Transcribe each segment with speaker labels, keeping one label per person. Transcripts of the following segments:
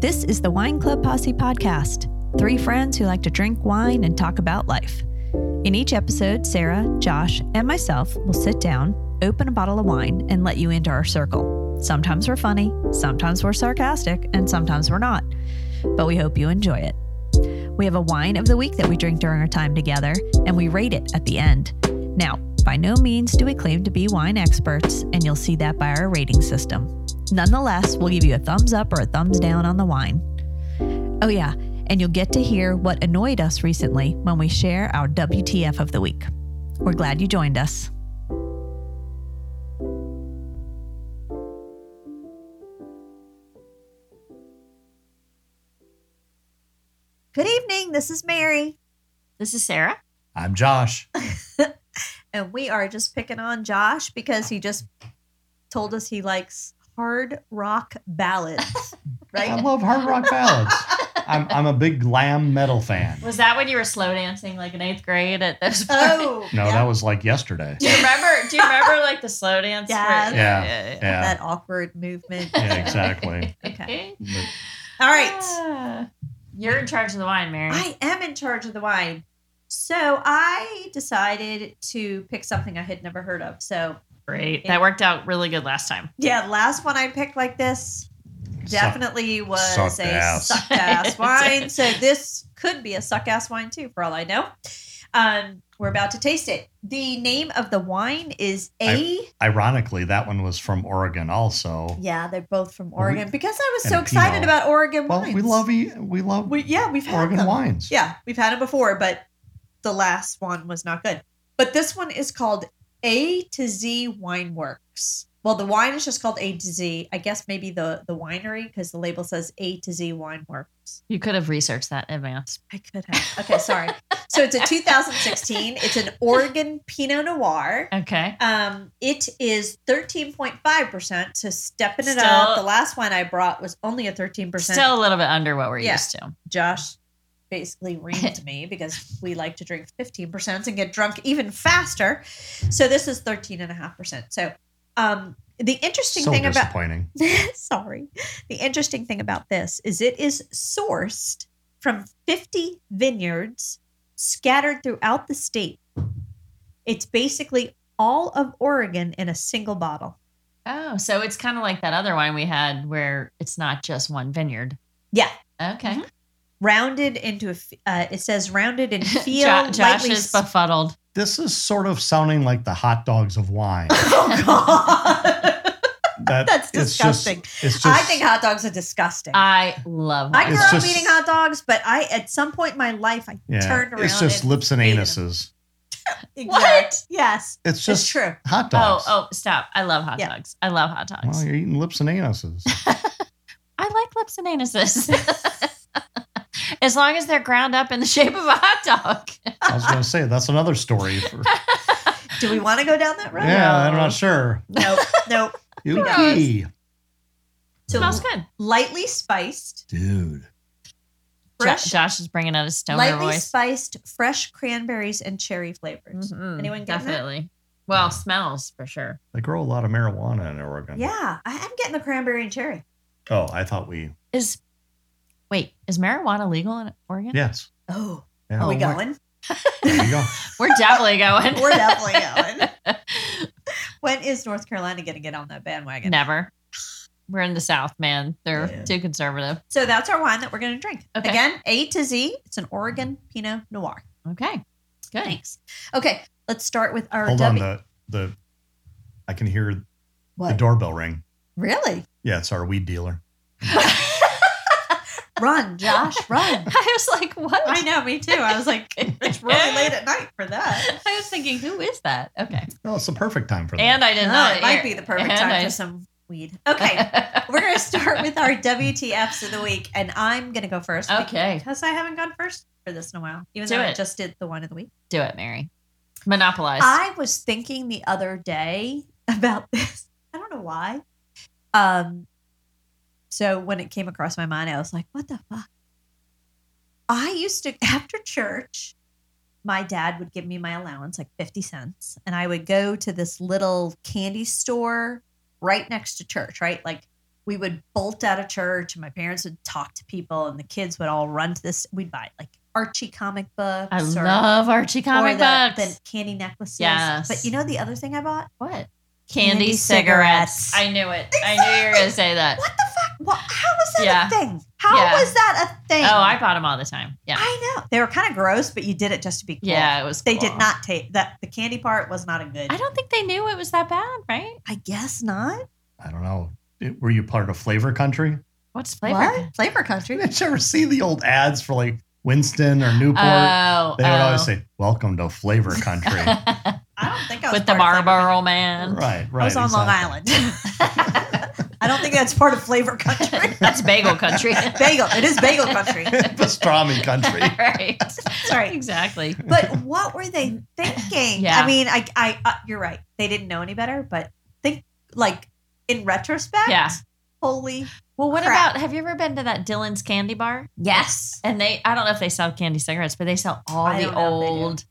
Speaker 1: This is the Wine Club Posse podcast, three friends who like to drink wine and talk about life. In each episode, Sarah, Josh, and myself will sit down, open a bottle of wine, and let you into our circle. Sometimes we're funny, sometimes we're sarcastic, and sometimes we're not. But we hope you enjoy it. We have a wine of the week that we drink during our time together, and we rate it at the end. Now, by no means do we claim to be wine experts, and you'll see that by our rating system. Nonetheless, we'll give you a thumbs up or a thumbs down on the wine. Oh, yeah, and you'll get to hear what annoyed us recently when we share our WTF of the week. We're glad you joined us. Good evening. This is Mary.
Speaker 2: This is Sarah.
Speaker 3: I'm Josh.
Speaker 1: and we are just picking on Josh because he just told us he likes hard rock ballads,
Speaker 3: I
Speaker 1: right?
Speaker 3: love hard rock ballads. I'm, I'm a big glam metal fan.
Speaker 2: Was that when you were slow dancing like in eighth grade at those?
Speaker 1: oh,
Speaker 3: No, that was like yesterday.
Speaker 2: Do you remember? Do you remember like the slow dance? for-
Speaker 1: Yeah.
Speaker 3: Yeah.
Speaker 2: yeah,
Speaker 3: Yeah,
Speaker 1: that awkward movement.
Speaker 3: yeah exactly.
Speaker 1: Okay.
Speaker 3: But
Speaker 1: All right,
Speaker 2: Ah. you're in charge of the wine, Mary.
Speaker 1: I am in charge of the wine, so I decided to pick something I had never heard of. So
Speaker 2: Great. That worked out really good last time.
Speaker 1: yeah, last one I picked like this definitely was
Speaker 3: sucked
Speaker 1: a
Speaker 3: ass.
Speaker 1: suck ass wine. So this could be a suck ass wine too, for all I know. Um, we're about to taste it. The name of the wine is A.
Speaker 3: Ironically, that one was from Oregon also.
Speaker 1: yeah, they're both from
Speaker 3: Well, we-
Speaker 1: Oregon because I was
Speaker 3: and
Speaker 1: so
Speaker 3: Pinot.
Speaker 1: excited about Oregon
Speaker 3: Well,
Speaker 1: wines.
Speaker 3: we love e- we love
Speaker 1: We, yeah, we've had
Speaker 3: Oregon
Speaker 1: them.
Speaker 3: wines.
Speaker 1: Yeah, we've had it before, but the last one was not good. But this one is called A to Z Wine Works. Well, the wine is just called A to Z. I guess maybe the the winery because the label says A to Z Wine Works.
Speaker 2: You could have researched that in advance.
Speaker 1: I could have. Okay, sorry. so it's a 2016. It's an Oregon Pinot Noir.
Speaker 2: Okay.
Speaker 1: Um, it is 13.5%. So stepping it
Speaker 2: Still-
Speaker 1: up. The last wine I brought was only a 13%.
Speaker 2: Still a little bit under what we're
Speaker 1: Yeah.
Speaker 2: used to.
Speaker 1: Josh basically reamed me because we like to drink 15% and get drunk even faster. So this is 13.5%. So um, the interesting
Speaker 3: So
Speaker 1: thing about,
Speaker 3: disappointing.
Speaker 1: sorry, the interesting thing about this is it is sourced from 50 vineyards scattered throughout the state. It's basically all of Oregon in a single bottle.
Speaker 2: Oh, so it's kind of like that other wine we had where it's not just one vineyard.
Speaker 1: Yeah.
Speaker 2: Okay.
Speaker 1: Mm-hmm. Rounded into a, f- uh, it says rounded and feel
Speaker 2: Jo- Josh
Speaker 1: lightly
Speaker 2: is befuddled.
Speaker 3: This is sort of sounding like the hot dogs of wine.
Speaker 1: Oh God,
Speaker 3: That
Speaker 1: that's
Speaker 3: it's just-
Speaker 1: disgusting.
Speaker 3: It's just,
Speaker 1: I think hot dogs are disgusting.
Speaker 2: I love
Speaker 1: I
Speaker 2: wine.
Speaker 1: grew
Speaker 3: It's
Speaker 1: up
Speaker 3: just-
Speaker 1: eating hot dogs, but I at some point in my life I
Speaker 3: yeah,
Speaker 1: turned around.
Speaker 3: It's just
Speaker 1: and
Speaker 3: lips and
Speaker 1: ate them.
Speaker 3: anuses.
Speaker 1: Exact- Yes,
Speaker 3: It's
Speaker 1: it's
Speaker 3: just
Speaker 1: true.
Speaker 3: hot
Speaker 2: Oh,
Speaker 3: dogs.
Speaker 2: oh, stop. I love hot
Speaker 1: Yeah.
Speaker 2: dogs. I love hot dogs.
Speaker 3: Well, you're eating lips and anuses.
Speaker 2: I like lips and anuses. as long as they're ground up in the shape of a hot dog.
Speaker 3: I was going to say that's another story. For,
Speaker 1: Do we want to go down that road?
Speaker 3: yeah, I'm not sure.
Speaker 1: No, no.
Speaker 3: Yucky.
Speaker 1: So
Speaker 2: Smells good.
Speaker 1: lightly spiced,
Speaker 3: Dude.
Speaker 2: Jo-
Speaker 1: fresh,
Speaker 2: Josh is bringing out his stoner
Speaker 1: lightly
Speaker 2: voice.
Speaker 1: spiced fresh cranberries and cherry flavors.
Speaker 2: Mhm.
Speaker 1: mm-hmm. Anyone getting that?
Speaker 2: Definitely. Well, smells for sure.
Speaker 3: They grow a lot of marijuana in Oregon.
Speaker 1: Yeah, I, I'm getting the cranberry and cherry.
Speaker 3: Oh, I thought we.
Speaker 2: Is wait, is marijuana legal in Oregon?
Speaker 3: Yes.
Speaker 1: Oh,
Speaker 3: Yeah.
Speaker 1: are we
Speaker 2: Oh, we're-
Speaker 1: going?
Speaker 3: There you go.
Speaker 2: We're definitely going.
Speaker 1: We're definitely going. When is North Carolina going to get on that bandwagon?
Speaker 2: Never. We're in the South, man. They're
Speaker 3: Yeah.
Speaker 2: too conservative.
Speaker 1: So that's our wine that we're going to drink.
Speaker 2: Okay.
Speaker 1: Again, A to Z. It's an Oregon Pinot Noir.
Speaker 2: Okay. Good.
Speaker 1: Thanks. Okay, let's start with our
Speaker 3: Hold on.
Speaker 1: W.
Speaker 3: The, the I can hear the
Speaker 1: what?
Speaker 3: doorbell ring.
Speaker 1: really?
Speaker 3: Yeah, it's our weed dealer.
Speaker 1: Run, Josh, run.
Speaker 2: I was like, what?
Speaker 1: I know, me too. I was like, it's really late at night for that.
Speaker 2: I was thinking, who is that? Okay.
Speaker 3: No, Oh, it's the perfect time for that.
Speaker 2: And I did
Speaker 1: No,
Speaker 2: not.
Speaker 1: Oh, it might
Speaker 2: hear-
Speaker 1: be the perfect
Speaker 2: and
Speaker 1: time
Speaker 2: I-
Speaker 1: for some weed. Okay, we're going to start with our WTFs of the week, and I'm going to go first.
Speaker 2: Okay.
Speaker 1: Because I haven't gone first for this in a while, even
Speaker 2: Do
Speaker 1: though I
Speaker 2: it.
Speaker 1: just did the wine of the week.
Speaker 2: Do it, Mary. Monopolize.
Speaker 1: I was thinking the other day about this. I don't know why. Um, so when it came across my mind, I was like, "What the fuck?" I used to after church, my dad would give me my allowance, like fifty cents, and I would go to this little candy store right next to church, right, like we would bolt out of church, and my parents would talk to people, and the kids would all run to this. We'd buy like Archie comic books.
Speaker 2: I love Archie comic
Speaker 1: or the,
Speaker 2: books.
Speaker 1: the candy necklaces.
Speaker 2: Yes.
Speaker 1: But you know the other thing I bought?
Speaker 2: what?
Speaker 1: Candy
Speaker 2: Candy, cigarettes.
Speaker 1: cigarettes.
Speaker 2: I knew it. I knew you were going to say that.
Speaker 1: What the fuck? What, how was that
Speaker 2: Yeah.
Speaker 1: a thing? How
Speaker 2: Yeah.
Speaker 1: was that a thing?
Speaker 2: Oh, I bought them all the time. Yeah.
Speaker 1: I know they were kind of gross, but you did it just to be cool.
Speaker 2: Yeah, it was
Speaker 1: They
Speaker 2: cool.
Speaker 1: did not take that. The candy part was not a good.
Speaker 2: I don't think they knew it was that bad, right?
Speaker 1: I guess not.
Speaker 3: I don't know. It- were you part of Flavor Country?
Speaker 2: What's flavor?
Speaker 1: What flavor country?
Speaker 3: Did you ever see the old ads for like Winston or Newport?
Speaker 2: Oh,
Speaker 3: they would always
Speaker 2: oh.
Speaker 3: say, "Welcome to Flavor Country."
Speaker 1: Uh, I don't think I was
Speaker 2: with the
Speaker 1: part of flavor
Speaker 2: Marlboro Man.
Speaker 3: right, right.
Speaker 1: I was on Long
Speaker 3: exactly.
Speaker 1: Island. I don't think that's part of flavor country.
Speaker 2: That's bagel country.
Speaker 1: bagel. It is bagel country.
Speaker 3: Pastrami Country.
Speaker 2: right.
Speaker 1: Sorry.
Speaker 2: Exactly.
Speaker 1: But what were they thinking?
Speaker 2: Yeah.
Speaker 1: I mean, I, I, uh, you're right. They didn't know any better, but think like in retrospect.
Speaker 2: Yeah.
Speaker 1: Holy
Speaker 2: Well, what
Speaker 1: Crap.
Speaker 2: about have you ever been to that Dylan's candy bar?
Speaker 1: yes.
Speaker 2: And they I don't know if they sell candy cigarettes, but they sell all
Speaker 1: I
Speaker 2: the
Speaker 1: don't know if they do.
Speaker 2: old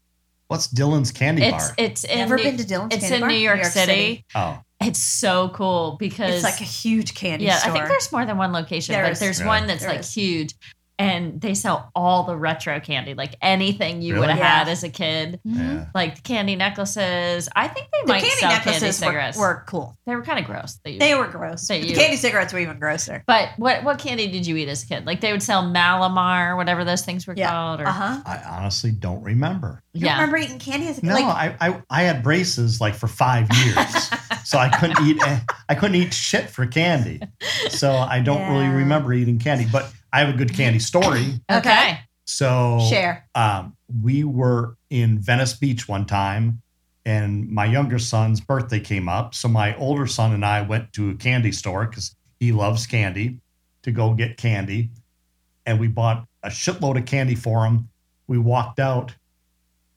Speaker 3: What's Dylan's Candy
Speaker 2: it's
Speaker 3: Bar?
Speaker 2: it's in
Speaker 1: Never
Speaker 2: New,
Speaker 1: been to Dylan's
Speaker 2: it's
Speaker 1: Candy
Speaker 2: in
Speaker 1: Bar?
Speaker 2: New York, City.
Speaker 3: Oh,
Speaker 2: It's so cool because
Speaker 1: It's like a huge candy
Speaker 2: yeah,
Speaker 1: store.
Speaker 2: I think there's more than one location,
Speaker 1: There
Speaker 2: but
Speaker 1: is.
Speaker 2: there's
Speaker 3: Yeah.
Speaker 2: one that's
Speaker 1: There
Speaker 2: like
Speaker 1: is.
Speaker 2: huge, and they sell all the retro candy, like anything you would
Speaker 3: Really?
Speaker 2: have
Speaker 1: Yeah.
Speaker 2: had as a kid,
Speaker 1: Mm-hmm.
Speaker 3: yeah.
Speaker 2: like candy necklaces. I think they
Speaker 1: the
Speaker 2: might
Speaker 1: candy
Speaker 2: sell candy
Speaker 1: necklaces were-
Speaker 2: cigarettes.
Speaker 1: were, cool.
Speaker 2: they were kind of gross. They,
Speaker 1: They were gross.
Speaker 2: That
Speaker 1: But the
Speaker 2: you-
Speaker 1: candy cigarettes were even grosser.
Speaker 2: but what what candy did you eat as a kid? Like they would sell Malamar, whatever those things were
Speaker 1: Yeah.
Speaker 2: called, or
Speaker 1: Uh huh.
Speaker 3: I honestly don't remember.
Speaker 1: You
Speaker 2: yeah,
Speaker 1: remember eating candy as a kid?
Speaker 3: No,
Speaker 1: Like,
Speaker 3: I, I I had braces like for five years, so I couldn't eat a- I couldn't eat shit for candy. So I don't really
Speaker 1: Yeah.
Speaker 3: remember eating candy, but I have a good candy story.
Speaker 2: okay,
Speaker 3: So
Speaker 1: share.
Speaker 3: um, we were in Venice Beach one time, and my younger son's birthday came up. So my older son and I went to a candy store because he loves candy to go get candy. And we bought a shitload of candy for him. We walked out.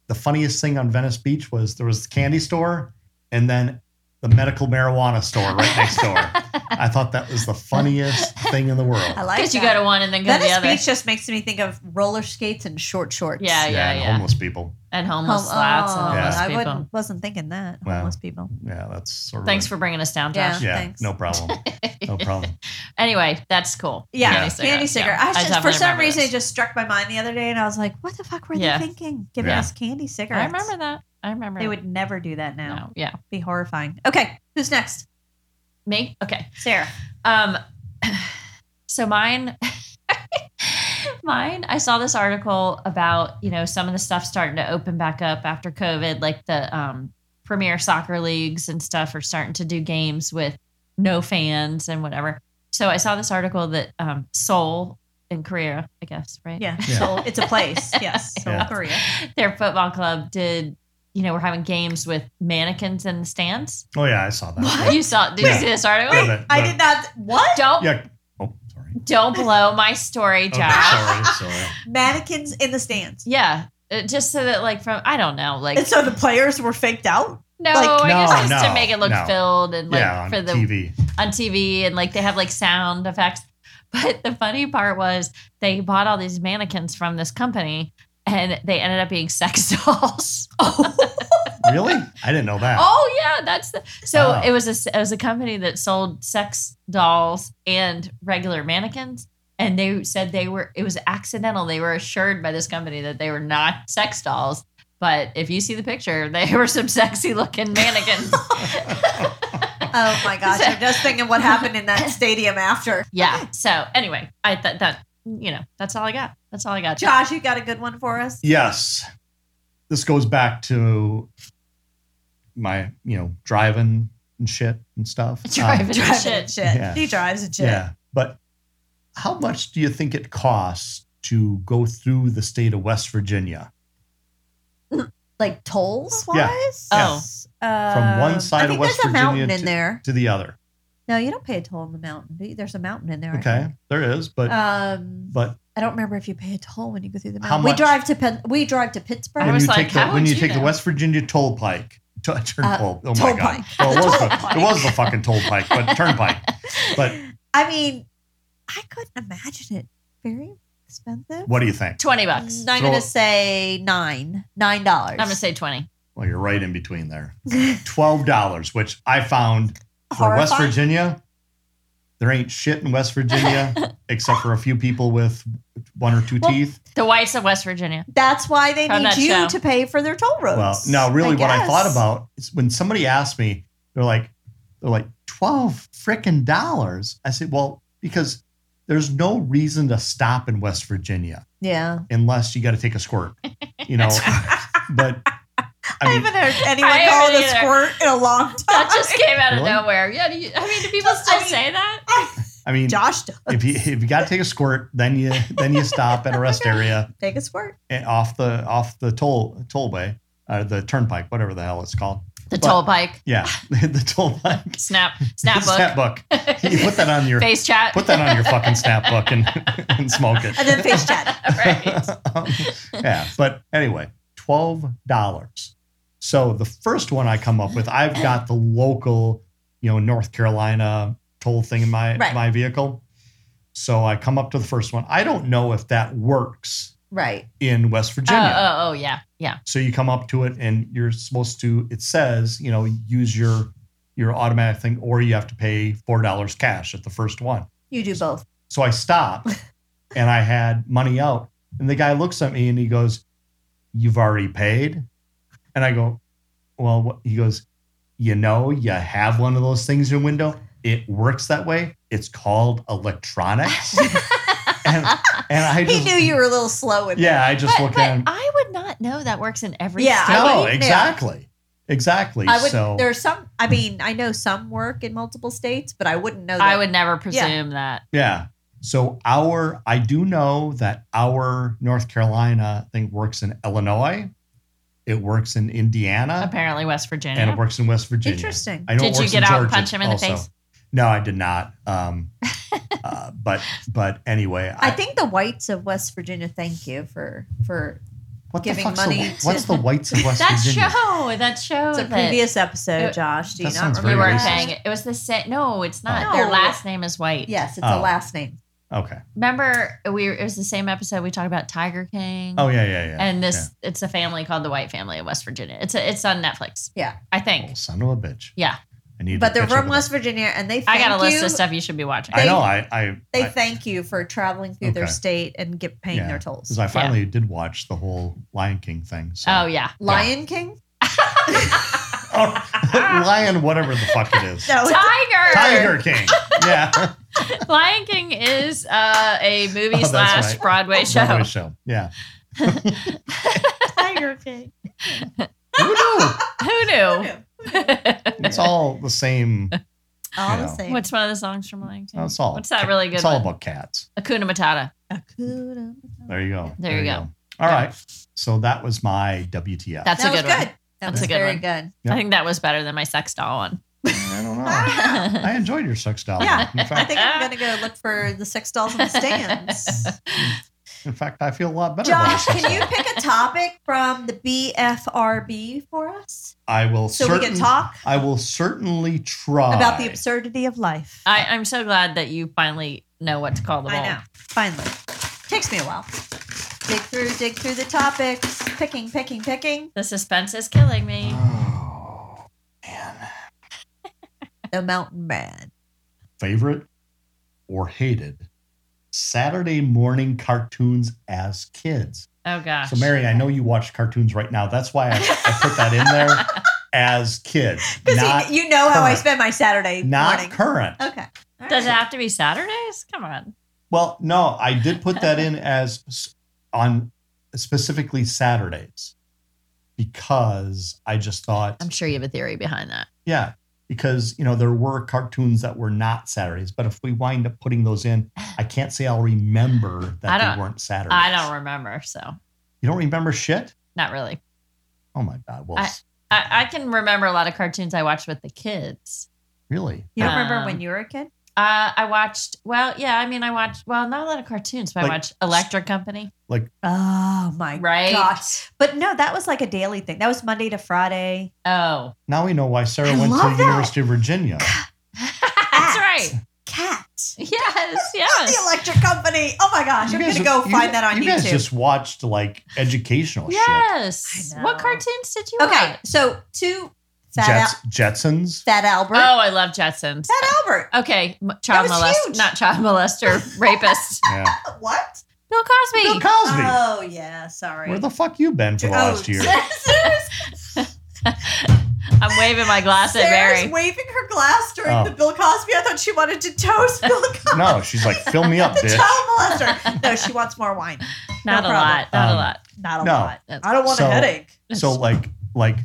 Speaker 3: The funniest thing on Venice Beach was there was the candy store and then the medical marijuana store right next door. I thought that was the funniest thing in the world.
Speaker 1: I like
Speaker 2: because
Speaker 1: that.
Speaker 2: you go to one and then go
Speaker 1: Venice
Speaker 2: to the other.
Speaker 1: Beach just makes me think of roller skates and short shorts.
Speaker 2: Yeah, yeah,
Speaker 3: and
Speaker 2: yeah.
Speaker 3: homeless people.
Speaker 2: and
Speaker 1: Home-
Speaker 2: homeless flats and
Speaker 1: oh,
Speaker 2: homeless
Speaker 1: I
Speaker 2: people.
Speaker 1: wouldn't, wasn't thinking that.
Speaker 3: Wow.
Speaker 1: Homeless people.
Speaker 3: Yeah, that's sort of
Speaker 2: Thanks for bringing us down, Josh.
Speaker 3: yeah,
Speaker 1: Thanks.
Speaker 3: no problem. No problem.
Speaker 2: anyway, that's cool.
Speaker 1: Yeah,
Speaker 3: Candy
Speaker 1: candy
Speaker 2: cigarettes,
Speaker 1: cigarette.
Speaker 2: yeah.
Speaker 1: I was
Speaker 2: I
Speaker 1: just, for
Speaker 2: definitely
Speaker 1: some
Speaker 2: remember
Speaker 1: reason,
Speaker 2: this.
Speaker 1: it just struck my mind the other day, and I was like, "What the fuck were
Speaker 2: Yeah.
Speaker 1: they thinking? Giving
Speaker 3: Yeah.
Speaker 1: us candy
Speaker 2: I
Speaker 1: cigarettes?"
Speaker 2: remember that. I remember
Speaker 1: They would never do that now.
Speaker 2: No, yeah.
Speaker 1: Be horrifying. Okay, who's next?
Speaker 2: Me? Okay.
Speaker 1: Sarah.
Speaker 2: Um so mine mine, I saw this article about, you know, some of the stuff starting to open back up after COVID, like the um premier soccer leagues and stuff are starting to do games with no fans and whatever. So I saw this article that um Seoul in Korea, I guess, right?
Speaker 1: Yeah.
Speaker 3: Yeah.
Speaker 1: Seoul. It's a place. Yes. Seoul,
Speaker 3: Yeah.
Speaker 1: Korea.
Speaker 2: Their football club did, you know, we're having games with mannequins in the stands.
Speaker 3: Oh yeah, I saw that.
Speaker 2: You saw did you
Speaker 3: Wait.
Speaker 2: see this article?
Speaker 3: Yeah, that-
Speaker 1: I
Speaker 3: that-
Speaker 1: did not. What?
Speaker 2: Don't
Speaker 3: Yeah. Oh, sorry.
Speaker 2: don't blow my story,
Speaker 3: Okay,
Speaker 2: Josh.
Speaker 3: sorry, sorry.
Speaker 1: Mannequins in the stands.
Speaker 2: Yeah. It, just so that like from I don't know, like
Speaker 1: And so the players were faked out.
Speaker 2: no,
Speaker 1: like-
Speaker 2: I
Speaker 3: No,
Speaker 2: guess just
Speaker 3: no,
Speaker 2: to make it look
Speaker 3: no.
Speaker 2: filled and like
Speaker 3: yeah, on
Speaker 2: for the
Speaker 3: TV.
Speaker 2: on TV and like they have like sound effects. But the funny part was they bought all these mannequins from this company and they ended up being sex dolls.
Speaker 3: Really? I didn't know that.
Speaker 2: Oh yeah, that's the so
Speaker 3: Oh.
Speaker 2: it was a it was a company that sold sex dolls and regular mannequins, and they said they were it was accidental. They were assured by this company that they were not sex dolls, but if you see the picture, they were some sexy looking mannequins.
Speaker 1: Oh my gosh. I'm just thinking what happened in that stadium after.
Speaker 2: yeah. So anyway, I thought that you know that's all I got. That's all I got.
Speaker 1: Josh, you got a good one for us?
Speaker 3: Yes. This goes back to my, you know, driving and shit and stuff. Um,
Speaker 2: Driving.
Speaker 1: Driving
Speaker 2: Shit.
Speaker 1: and shit.
Speaker 3: Yeah.
Speaker 1: He drives and shit.
Speaker 3: yeah. But how much do you think it costs to go through the state of West Virginia?
Speaker 1: Like tolls
Speaker 3: Yeah.
Speaker 1: wise?
Speaker 2: Yeah. Oh.
Speaker 1: Uh,
Speaker 3: From one side
Speaker 1: I
Speaker 3: of
Speaker 1: think
Speaker 3: West
Speaker 1: there's a
Speaker 3: Virginia
Speaker 1: mountain in
Speaker 3: to-
Speaker 1: there.
Speaker 3: To the other.
Speaker 1: No, you don't pay a toll on the mountain. do you? There's a mountain in there. I
Speaker 3: Okay.
Speaker 1: think.
Speaker 3: There is, but
Speaker 2: Uh,
Speaker 1: Um,
Speaker 3: but
Speaker 1: I don't remember if you pay a toll when you go through the
Speaker 3: How
Speaker 1: mountain. We
Speaker 3: much?
Speaker 1: drive to Penn, we drive to Pittsburgh.
Speaker 2: I
Speaker 3: when
Speaker 2: was
Speaker 3: you
Speaker 2: like,
Speaker 3: take the
Speaker 2: how
Speaker 3: when
Speaker 2: would
Speaker 3: you
Speaker 2: you
Speaker 3: take the
Speaker 2: know?
Speaker 3: West Virginia toll pike, t- turnpike. oh my
Speaker 1: toll
Speaker 3: god!
Speaker 1: pike.
Speaker 3: Well, it was
Speaker 1: Toll
Speaker 3: the,
Speaker 1: pike.
Speaker 3: it was the fucking toll pike, but turnpike. But
Speaker 1: I mean, I couldn't imagine it very expensive.
Speaker 3: what do you think?
Speaker 2: Twenty bucks.
Speaker 1: I'm
Speaker 3: Throw
Speaker 1: gonna
Speaker 3: it-
Speaker 1: say nine, nine dollars.
Speaker 2: I'm gonna say twenty.
Speaker 3: Well, you're right in between there. Twelve dollars, which I found for West
Speaker 1: Horrifying.
Speaker 3: Virginia There ain't shit in West Virginia except for a few people with one or two
Speaker 2: Well,
Speaker 3: teeth.
Speaker 2: the whites of West Virginia.
Speaker 1: That's why they
Speaker 2: From
Speaker 1: need
Speaker 2: that
Speaker 1: you
Speaker 2: show.
Speaker 1: to pay for their toll roads.
Speaker 3: Well, no, really, what I thought
Speaker 1: uh, guess.
Speaker 3: about is when somebody asked me, they're like, they're like twelve frickin' dollars. I said, well, because there's no reason to stop in West Virginia
Speaker 1: Yeah.
Speaker 3: unless you got to take a squirt, you know. but
Speaker 1: I,
Speaker 3: I mean,
Speaker 1: haven't heard anyone
Speaker 2: I
Speaker 1: call it a
Speaker 2: haven't either.
Speaker 1: squirt in a long time.
Speaker 2: That just came out of
Speaker 3: Really?
Speaker 2: nowhere. Yeah, do you, I mean, do people
Speaker 1: Just-
Speaker 2: still
Speaker 1: I mean-
Speaker 2: say that?
Speaker 3: I mean,
Speaker 1: Josh does.
Speaker 3: if you if you got to take a squirt, then you then you stop at a rest area
Speaker 1: Take a squirt.
Speaker 3: and off the off the toll tollway, uh, the turnpike, whatever the hell it's called.
Speaker 2: The
Speaker 3: But-
Speaker 2: toll bike,
Speaker 3: Yeah, the toll line.
Speaker 2: snap, snap book,
Speaker 3: Snapbook. You put that on your
Speaker 2: face chat.
Speaker 3: put that on your fucking snapbook and and smoke it.
Speaker 1: And then face chat.
Speaker 2: right.
Speaker 3: Um, yeah, but anyway, twelve dollars. So the first one I come up with, I've got the local, you know, North Carolina toll thing in my
Speaker 1: Right.
Speaker 3: my vehicle. So I come up to the first one. I don't know if that works
Speaker 1: Right.
Speaker 3: in West
Speaker 2: Oh,
Speaker 3: Virginia.
Speaker 2: oh, oh, yeah, yeah.
Speaker 3: So you come up to it and you're supposed to, it says, you know, use your your automatic thing or you have to pay four dollars cash at the first one.
Speaker 1: You do both.
Speaker 3: So I stopped and I had money out. And the guy looks at me and he goes, You've already paid? And I go, Well, what? he goes, You know, you have one of those things in your window. It works that way. It's called electronics. and, and I
Speaker 1: He
Speaker 3: just,
Speaker 1: knew you were a little slow in
Speaker 3: yeah, I just
Speaker 2: but
Speaker 3: looked
Speaker 2: but
Speaker 3: at him.
Speaker 2: I would not know that works in every
Speaker 1: Yeah,
Speaker 2: state.
Speaker 1: I
Speaker 3: No,
Speaker 1: wouldn't know.
Speaker 3: exactly. Exactly.
Speaker 1: I would.
Speaker 3: so
Speaker 1: There's some. I mean, I know some work in multiple states, but I wouldn't know. That.
Speaker 2: I would never presume that.
Speaker 3: yeah. So our I do know that our North Carolina thing works in Illinois. It works in Indiana
Speaker 2: Apparently, West Virginia.
Speaker 3: Uh, and it works in West Virginia.
Speaker 1: Interesting.
Speaker 3: I know it
Speaker 2: Did you
Speaker 3: works
Speaker 2: get
Speaker 3: in
Speaker 2: out and
Speaker 3: Georgia
Speaker 2: punch him in the
Speaker 3: also.
Speaker 2: face?
Speaker 3: No, I did not. Um uh, but but anyway,
Speaker 1: I think the whites of West Virginia. Thank you for for.
Speaker 3: what the
Speaker 1: giving
Speaker 3: fuck's
Speaker 1: money
Speaker 3: the, what's the whites of West
Speaker 2: that
Speaker 3: Virginia?
Speaker 2: show, that show,
Speaker 1: It's a
Speaker 2: that
Speaker 1: previous episode, Josh. Do you
Speaker 3: That
Speaker 1: not
Speaker 3: sounds
Speaker 1: remember?
Speaker 2: we weren't
Speaker 3: racist.
Speaker 2: paying. It was the same. No, it's not.
Speaker 1: Oh.
Speaker 2: Their
Speaker 1: No.
Speaker 2: last name is White.
Speaker 1: Yes, it's
Speaker 3: Oh.
Speaker 1: a last name.
Speaker 3: Okay.
Speaker 2: Remember, we it was the same episode we talked about Tiger King.
Speaker 3: Oh yeah, yeah, yeah.
Speaker 2: And this, it's a family called the White Family of West Virginia. It's a, it's on Netflix.
Speaker 1: Yeah.
Speaker 2: I
Speaker 3: yeah.
Speaker 2: think.
Speaker 3: Oh, son of a bitch.
Speaker 2: Yeah.
Speaker 3: I need
Speaker 1: But
Speaker 3: to
Speaker 1: they're
Speaker 3: catch up
Speaker 1: from
Speaker 3: with
Speaker 1: West Virginia, and they
Speaker 2: I
Speaker 1: thank
Speaker 2: got a list
Speaker 1: you.
Speaker 2: of stuff you should be watching.
Speaker 3: that. I know. I I,
Speaker 1: They
Speaker 3: I
Speaker 1: thank you for traveling through their
Speaker 3: Okay.
Speaker 1: state and get paying
Speaker 3: Yeah.
Speaker 1: their
Speaker 3: 'cause
Speaker 1: tolls.
Speaker 3: I finally did watch the whole Lion King thing. So.
Speaker 2: Oh yeah.
Speaker 1: Lion King?
Speaker 3: Oh, lion, whatever the fuck it is.
Speaker 2: Oh,
Speaker 1: No, it's-
Speaker 2: Tiger.
Speaker 3: Tiger King. Yeah.
Speaker 2: Lion King is uh, a movie
Speaker 3: Oh, that's
Speaker 2: slash
Speaker 3: right.
Speaker 2: Broadway show.
Speaker 3: Broadway show. Yeah.
Speaker 1: Tiger King.
Speaker 3: Who knew?
Speaker 2: Who knew?
Speaker 3: It's all the same.
Speaker 1: All the
Speaker 3: Yeah.
Speaker 1: same.
Speaker 2: What's one of the songs from Lion King?
Speaker 3: It's all.
Speaker 2: What's that really good
Speaker 3: It's all
Speaker 2: one?
Speaker 3: about cats.
Speaker 2: Hakuna Matata.
Speaker 1: Hakuna Matata.
Speaker 3: There you go.
Speaker 2: There you go.
Speaker 3: All
Speaker 2: Yeah.
Speaker 3: right. So that was my WTF.
Speaker 2: That's
Speaker 1: that
Speaker 2: a
Speaker 1: was
Speaker 2: good, one.
Speaker 1: That
Speaker 2: That's
Speaker 1: was
Speaker 2: a good
Speaker 1: very
Speaker 2: one.
Speaker 1: good.
Speaker 3: Yeah.
Speaker 2: I think that was better than my sex doll one.
Speaker 3: I don't know.
Speaker 1: Ah.
Speaker 3: I enjoyed your sex doll.
Speaker 1: Yeah.
Speaker 3: In
Speaker 1: I
Speaker 3: fact,
Speaker 1: think I'm gonna go look for the sex dolls in the stands.
Speaker 3: in fact, I feel a lot better. about your
Speaker 1: Josh,
Speaker 3: sex
Speaker 1: can you
Speaker 3: doll.
Speaker 1: pick a topic from the BFRB for us
Speaker 3: I will.
Speaker 1: so we
Speaker 3: certain-
Speaker 1: can talk
Speaker 3: I will certainly try
Speaker 1: about the absurdity of life?
Speaker 2: I, I'm so glad that you finally know what to call the
Speaker 1: I
Speaker 2: ball.
Speaker 1: know. Finally, takes me a while. Dig through, dig through the topics, picking, picking, picking.
Speaker 2: The suspense is killing me.
Speaker 3: Oh, man.
Speaker 1: The mountain man.
Speaker 3: favorite or hated Saturday morning cartoons as kids.
Speaker 2: Oh gosh.
Speaker 3: So, Mary, I know you watch cartoons right now. That's why I, I put that in there as kids,
Speaker 1: Because
Speaker 3: not
Speaker 1: you know how I
Speaker 3: current.
Speaker 1: spend my Saturday
Speaker 3: not
Speaker 1: morning.
Speaker 3: current.
Speaker 1: okay. All
Speaker 2: Does it
Speaker 1: right.
Speaker 2: have to be Saturdays? Come on.
Speaker 3: Well, no, I did put that in as s- on specifically Saturdays because I just thought,
Speaker 2: I'm sure you have a theory behind that.
Speaker 3: yeah, because you know there were cartoons that were not Saturdays, but if we wind up putting those in, I can't say I'll remember
Speaker 2: I
Speaker 3: that
Speaker 2: don't-
Speaker 3: they weren't Saturdays.
Speaker 2: I don't remember, so
Speaker 3: You don't remember shit?
Speaker 2: not really.
Speaker 3: Oh my god! Well,
Speaker 2: I-
Speaker 3: s-
Speaker 2: I, I can remember a lot of cartoons I watched with the kids.
Speaker 3: really?
Speaker 1: You don't remember
Speaker 2: Um,
Speaker 1: when you were a kid?
Speaker 2: Uh, I watched. Well, yeah. I mean, I watched. Well, not a lot of cartoons, but
Speaker 3: Like-
Speaker 2: I watched Electric Company.
Speaker 1: Oh my
Speaker 2: Right.
Speaker 1: gosh. But no, that was like a daily thing. That was Monday to Friday.
Speaker 2: Oh,
Speaker 3: Now we know why Sarah
Speaker 1: I
Speaker 3: went to the
Speaker 1: love that.
Speaker 3: University of Virginia.
Speaker 2: that's right.
Speaker 1: Cat.
Speaker 2: Yes,
Speaker 1: The
Speaker 2: yes.
Speaker 1: electric company. Oh my gosh.
Speaker 3: You
Speaker 1: I'm
Speaker 3: guys-
Speaker 1: gonna go
Speaker 3: you-
Speaker 1: find that on
Speaker 3: You
Speaker 1: YouTube.
Speaker 3: guys just watched like educational Oh, shit.
Speaker 2: Yes.
Speaker 1: I know.
Speaker 2: What cartoons did you
Speaker 1: okay,
Speaker 2: watch?
Speaker 1: so two Fat
Speaker 3: Jets,
Speaker 1: Al-
Speaker 3: Jetsons.
Speaker 1: Fat Albert.
Speaker 2: Oh, Uh, I love Jetsons.
Speaker 1: Fat Albert.
Speaker 2: Okay, m- child
Speaker 1: was
Speaker 2: molester,
Speaker 1: huge.
Speaker 2: not child molester, rapist.
Speaker 3: Yeah.
Speaker 1: Oh, What?
Speaker 2: Bill Cosby.
Speaker 3: Bill Cosby.
Speaker 1: Oh yeah, sorry.
Speaker 3: Where the fuck you been for the last year?
Speaker 2: I'm waving my glass at
Speaker 1: Sarah's
Speaker 2: Mary.
Speaker 1: waving her glass during
Speaker 3: Oh.
Speaker 1: the Bill Cosby. I thought she wanted to toast Bill Cosby.
Speaker 3: No, she's like, fill me up,
Speaker 1: the
Speaker 3: bitch.
Speaker 1: child molester. No, she wants more wine.
Speaker 2: Not
Speaker 1: no
Speaker 2: a
Speaker 1: problem.
Speaker 2: lot. Not a
Speaker 3: Um,
Speaker 2: lot.
Speaker 1: Not a
Speaker 3: No.
Speaker 1: lot.
Speaker 2: That's-
Speaker 1: I don't want
Speaker 3: So-
Speaker 1: a headache.
Speaker 3: So like, like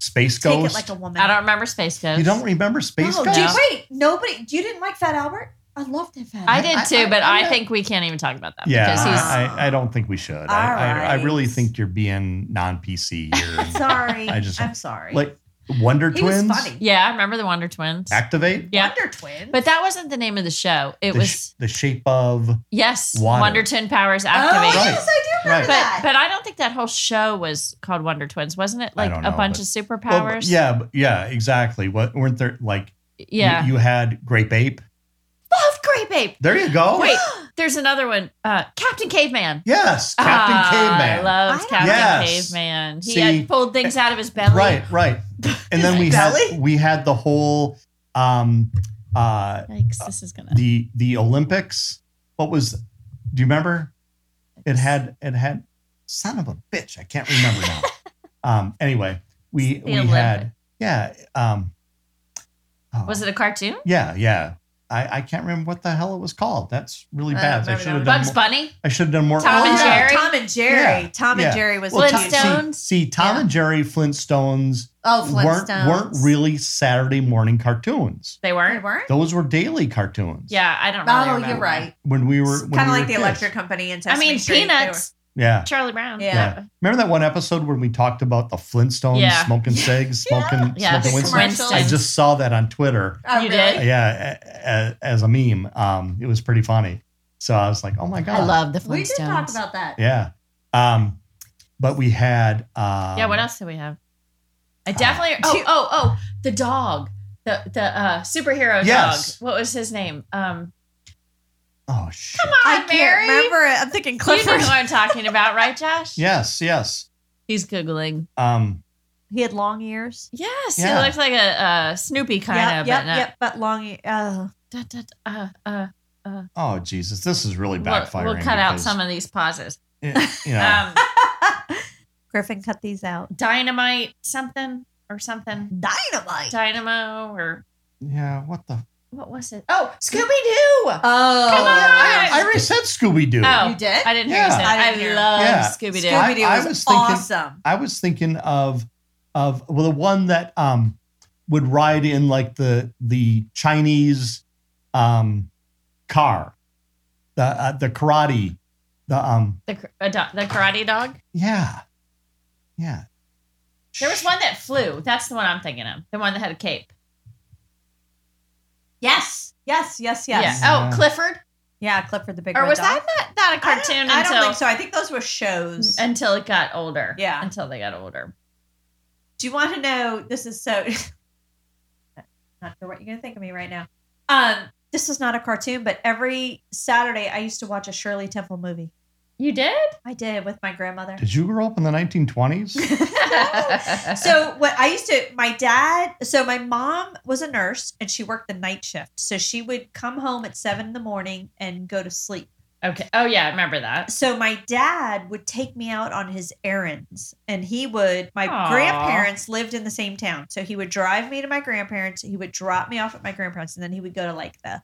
Speaker 3: Space
Speaker 1: Take it
Speaker 3: Ghost.
Speaker 1: like Oh, a woman.
Speaker 2: I don't remember Space Ghost.
Speaker 3: you don't remember Space
Speaker 1: No,
Speaker 3: Ghost?
Speaker 1: dude,
Speaker 2: No.
Speaker 1: wait, nobody. You didn't like Fat Albert? I loved that Fat.
Speaker 2: I
Speaker 1: Albert.
Speaker 2: did
Speaker 3: I-
Speaker 2: too,
Speaker 3: I-
Speaker 2: but
Speaker 3: I'm
Speaker 2: I
Speaker 3: not-
Speaker 2: think we can't even talk about that
Speaker 3: Yeah,
Speaker 2: because he's.
Speaker 3: I, I, I don't think we should. I,
Speaker 1: All
Speaker 3: I, I really
Speaker 1: right.
Speaker 3: think you're being non PC here.
Speaker 1: Sorry,
Speaker 3: I just-
Speaker 1: I'm sorry.
Speaker 3: like Wonder
Speaker 1: he
Speaker 3: Twins.
Speaker 1: was funny.
Speaker 2: yeah, I remember the Wonder Twins.
Speaker 3: Activate.
Speaker 2: yeah.
Speaker 1: Wonder Twins.
Speaker 2: But that wasn't the name of the show. It
Speaker 3: the,
Speaker 2: was
Speaker 3: sh- the shape of
Speaker 2: yes,
Speaker 3: Water.
Speaker 2: Wonder Twin Powers
Speaker 1: oh
Speaker 2: activate.
Speaker 3: Right.
Speaker 1: yes, I do remember
Speaker 2: But
Speaker 1: that.
Speaker 2: but I don't think that whole show was called Wonder Twins, wasn't it?
Speaker 3: I
Speaker 2: Like
Speaker 3: don't
Speaker 2: a
Speaker 3: know,
Speaker 2: bunch
Speaker 3: but-
Speaker 2: of
Speaker 3: Well,
Speaker 2: superpowers.
Speaker 3: Oh, yeah, but- yeah, exactly. What weren't there like? you-
Speaker 2: yeah.
Speaker 3: you, had Grape Ape.
Speaker 2: Love Great Babe.
Speaker 3: There you go.
Speaker 2: Wait, there's another one. Uh, Captain Caveman.
Speaker 3: Yes, Captain
Speaker 2: Ah, I
Speaker 3: Caveman.
Speaker 2: love
Speaker 1: I
Speaker 2: Captain
Speaker 3: Yes.
Speaker 2: Caveman. He
Speaker 3: See-
Speaker 2: had pulled things out of his belly.
Speaker 3: Right, right. And then
Speaker 1: His
Speaker 3: we
Speaker 1: belly?
Speaker 3: had we had the whole um uh
Speaker 2: Yikes, this is gonna.
Speaker 3: the the Olympics. What was do you remember? It had it had son of a bitch. I can't remember now. um anyway, we
Speaker 2: The
Speaker 3: we had yeah. Um oh,
Speaker 2: Was it a cartoon?
Speaker 3: yeah, yeah. I, I can't remember what the hell it was called. That's really
Speaker 1: I
Speaker 3: bad.
Speaker 1: don't
Speaker 3: I
Speaker 1: remember
Speaker 3: should have
Speaker 1: that
Speaker 3: done
Speaker 2: Bugs
Speaker 3: more,
Speaker 2: Bunny.
Speaker 3: I should have done more.
Speaker 2: Tom
Speaker 1: Oh,
Speaker 2: and
Speaker 1: yeah,
Speaker 2: Jerry.
Speaker 1: Tom and Jerry.
Speaker 3: Yeah.
Speaker 1: Tom and
Speaker 3: Yeah.
Speaker 1: Jerry was
Speaker 2: Well,
Speaker 1: huge.
Speaker 3: Tom-
Speaker 2: Flintstones?
Speaker 3: See, see, Tom and Jerry Flintstones
Speaker 1: Oh,
Speaker 3: weren't
Speaker 1: Flintstones.
Speaker 3: weren't really Saturday morning cartoons.
Speaker 2: They
Speaker 1: They
Speaker 2: weren't.
Speaker 1: weren't.
Speaker 3: Those were daily cartoons.
Speaker 2: Yeah, I don't really
Speaker 1: Oh,
Speaker 2: remember.
Speaker 1: you're right.
Speaker 3: When we were
Speaker 1: Kind of
Speaker 3: when we
Speaker 1: like
Speaker 3: were
Speaker 1: the
Speaker 3: kids.
Speaker 1: electric company in
Speaker 2: I
Speaker 1: Sesame
Speaker 2: mean,
Speaker 1: Street. They
Speaker 2: Peanuts,
Speaker 3: Yeah.
Speaker 2: Charlie Brown.
Speaker 1: Yeah.
Speaker 3: Yeah. Remember that one episode when we talked about the Flintstones
Speaker 2: Yeah.
Speaker 3: smoking cigs, smoking
Speaker 2: Yeah,
Speaker 3: smoking
Speaker 1: Winston.
Speaker 3: Winston?
Speaker 2: Winston.
Speaker 3: I just saw that on Twitter.
Speaker 1: were- Oh,
Speaker 2: You
Speaker 1: really?
Speaker 2: did?
Speaker 3: Yeah, a- a- as a meme. Um, it was pretty funny. So I was like, oh my god.
Speaker 2: I love the
Speaker 1: We did talk
Speaker 2: Flintstones.
Speaker 1: about that.
Speaker 3: Yeah. Um, but we had. Um,
Speaker 2: Yeah, what else do we have?
Speaker 3: Uh,
Speaker 2: I definitely. oh,
Speaker 1: do-
Speaker 2: oh, oh, the dog, the the uh, superhero
Speaker 3: Yes.
Speaker 2: dog. What was his name? Um,
Speaker 3: Oh shit.
Speaker 2: come on,
Speaker 1: I can't
Speaker 2: Mary.
Speaker 1: remember it. I'm thinking
Speaker 2: You know
Speaker 1: Clifford.
Speaker 2: what I'm talking about, right, Josh?
Speaker 3: Yes. Yes.
Speaker 2: He's googling.
Speaker 3: Um,
Speaker 1: He had long ears.
Speaker 2: Yes,
Speaker 3: Yeah.
Speaker 2: he looks like a, a Snoopy kind
Speaker 1: Yep,
Speaker 2: of,
Speaker 1: yep,
Speaker 2: but not.
Speaker 1: yep. But long. e- Uh,
Speaker 2: Da, da, da, uh, uh,
Speaker 3: oh Jesus, this is really
Speaker 2: we'll,
Speaker 3: backfiring.
Speaker 2: we'll cut out
Speaker 3: because,
Speaker 2: some of these pauses.
Speaker 3: eh, you know,
Speaker 2: Um,
Speaker 1: Griffin cut these out.
Speaker 2: dynamite, something or something.
Speaker 1: Dynamite.
Speaker 2: Dynamo or
Speaker 3: yeah. What the?
Speaker 2: what was it? Oh, Scooby Doo.
Speaker 1: oh,
Speaker 2: Come on.
Speaker 3: I, I already said Scooby Doo.
Speaker 2: Oh.
Speaker 1: you did.
Speaker 2: I didn't hear
Speaker 3: Yeah.
Speaker 2: you say.
Speaker 1: I
Speaker 2: that.
Speaker 1: didn't
Speaker 2: I,
Speaker 1: hear.
Speaker 2: love
Speaker 3: Yeah.
Speaker 2: Scooby Doo.
Speaker 1: Scooby Doo
Speaker 3: I- I
Speaker 1: was,
Speaker 3: was thinking-
Speaker 1: awesome.
Speaker 3: I was thinking of of well the one that um would ride in like the the Chinese um car the uh, the karate the um
Speaker 2: The, kar- a do- the karate dog.
Speaker 3: yeah yeah
Speaker 2: There was one that flew. That's the one I'm thinking of. The one that had a cape.
Speaker 1: Yes, yes, yes, yes. Yeah,
Speaker 2: Yeah.
Speaker 3: Yeah.
Speaker 2: Oh, Clifford.
Speaker 1: Clifford the Big
Speaker 2: Or
Speaker 1: Red
Speaker 2: was
Speaker 1: Dog.
Speaker 2: that not, not a
Speaker 1: I
Speaker 2: cartoon
Speaker 1: don't, I don't
Speaker 2: until
Speaker 1: think so. I think those were shows.
Speaker 2: until it got older.
Speaker 1: Yeah.
Speaker 2: Until they got older.
Speaker 1: Do you want to know? This is so. not sure what you're gonna think of me right now. Um, this was not a cartoon, but every Saturday I used to watch a Shirley Temple movie.
Speaker 2: You did?
Speaker 1: I did with my grandmother.
Speaker 3: did you grow up in the 1920s
Speaker 1: so what I used to, my dad. So my mom was a nurse and she worked the night shift. So she would come home at seven in the morning and go to sleep.
Speaker 2: okay. Oh yeah, I remember that.
Speaker 1: so my dad would take me out on his errands and he would my
Speaker 2: Aw.
Speaker 1: grandparents lived in the same town so he would drive me to my grandparents he would drop me off at my grandparents and then he would go to like the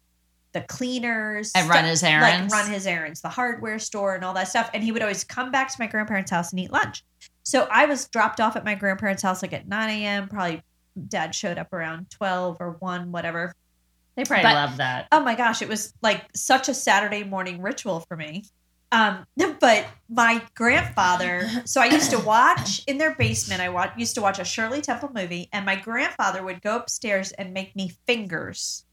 Speaker 1: the cleaners
Speaker 2: And run
Speaker 1: stuff-
Speaker 2: his errands.
Speaker 1: like run his errands the hardware store and all that stuff and he would always come back to my grandparents house and eat lunch so i was dropped off at my grandparents house like at 9 a.m probably dad showed up around 12 or 1 whatever
Speaker 2: they probably
Speaker 1: But-
Speaker 2: love that.
Speaker 1: oh my gosh, it was like such a Saturday morning ritual for me. Um, but my grandfather, so I used to watch in their basement. I wa- used to watch a Shirley Temple movie, and my grandfather would go upstairs and make me fingers.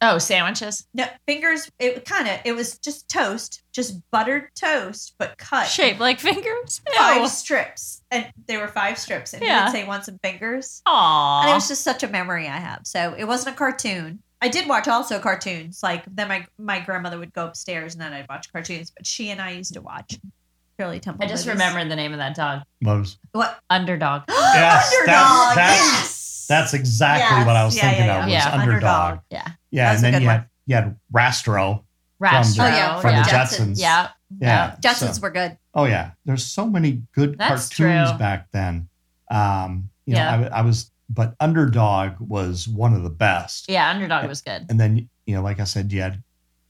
Speaker 2: Oh, sandwiches.
Speaker 1: No fingers. It kind of it was just toast, just buttered toast, but cut
Speaker 2: Shaped like fingers.
Speaker 1: five strips, and there were five strips. And he
Speaker 2: Yeah.
Speaker 1: would say, "Want some fingers?"
Speaker 2: Aww.
Speaker 1: And it was just such a memory I have. So it wasn't a cartoon. I did watch also cartoons. Like then my my grandmother would go upstairs and then I'd watch cartoons. But she and I used to watch Shirley Temple.
Speaker 2: I just
Speaker 1: movies.
Speaker 2: remembered the name of that dog.
Speaker 3: Loves.
Speaker 1: what
Speaker 2: Underdog.
Speaker 3: Yes,
Speaker 1: underdog.
Speaker 3: that's- that's-
Speaker 1: yes.
Speaker 3: That's exactly
Speaker 1: Yes,
Speaker 3: what I was
Speaker 1: yeah,
Speaker 3: thinking
Speaker 1: yeah,
Speaker 3: of.
Speaker 2: yeah.
Speaker 3: Was
Speaker 2: Yeah,
Speaker 3: underdog.
Speaker 1: Underdog.
Speaker 2: Yeah.
Speaker 3: Yeah,
Speaker 1: That's
Speaker 3: and
Speaker 1: a
Speaker 3: then
Speaker 1: good
Speaker 3: you had, you had Rastro
Speaker 2: Rastro.
Speaker 3: Oh,
Speaker 1: yeah,
Speaker 3: from
Speaker 1: yeah.
Speaker 3: the
Speaker 1: Jetsons.
Speaker 3: Jetsons.
Speaker 2: Yeah.
Speaker 3: Yeah.
Speaker 1: Jetsons
Speaker 3: so-
Speaker 1: were good.
Speaker 3: oh yeah. There's so many good
Speaker 2: That's
Speaker 3: cartoons
Speaker 2: true.
Speaker 3: back then. Um, you
Speaker 2: Yeah.
Speaker 3: know, I, I was, but Underdog was one of the best.
Speaker 2: Yeah. Underdog was good.
Speaker 3: And then you know, like I said, you had.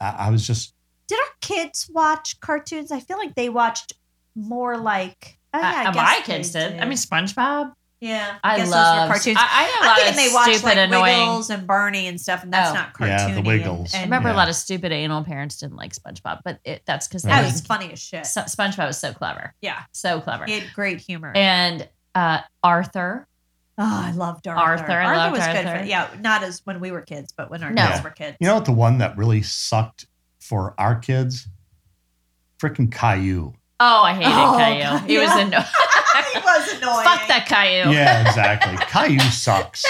Speaker 3: I, I was just
Speaker 1: Did our kids watch cartoons? I feel like they watched more like. Oh, yeah, I
Speaker 2: Uh,
Speaker 1: guess
Speaker 2: my
Speaker 1: they
Speaker 2: kids did. I mean, SpongeBad.
Speaker 1: yeah,
Speaker 2: I,
Speaker 1: guess those were
Speaker 2: love
Speaker 1: cartoons.
Speaker 2: I, I had a
Speaker 1: I'm
Speaker 2: lot
Speaker 1: thinking
Speaker 2: of
Speaker 1: they watched
Speaker 2: stupid,
Speaker 1: like
Speaker 2: annoying.
Speaker 1: Wiggles and Barney and stuff, and that's
Speaker 2: Oh.
Speaker 1: not cartoony.
Speaker 3: Yeah, the
Speaker 1: and-
Speaker 3: Wiggles.
Speaker 2: I
Speaker 1: And,
Speaker 2: remember a
Speaker 3: Yeah.
Speaker 2: lot of stupid anal parents didn't like SpongeBob, but it, that's because
Speaker 1: that
Speaker 3: Right.
Speaker 1: was funny as shit.
Speaker 2: SpongeBob was so clever,
Speaker 1: yeah,
Speaker 2: so clever.
Speaker 1: he had great humor.
Speaker 2: And uh, Arthur,
Speaker 1: oh, I loved Arthur.
Speaker 2: Arthur, I loved
Speaker 1: was good.
Speaker 2: Arthur.
Speaker 1: For, yeah, not as when we were kids, but when our
Speaker 2: No.
Speaker 1: kids were kids.
Speaker 3: you know what the one that really sucked for our kids? Freaking Caillou.
Speaker 2: oh, I hated
Speaker 1: Oh,
Speaker 2: Caillou. He was
Speaker 1: Caillou.
Speaker 2: annoying.
Speaker 1: he was annoying.
Speaker 2: Fuck that Caillou.
Speaker 3: Yeah, exactly. Caillou sucks.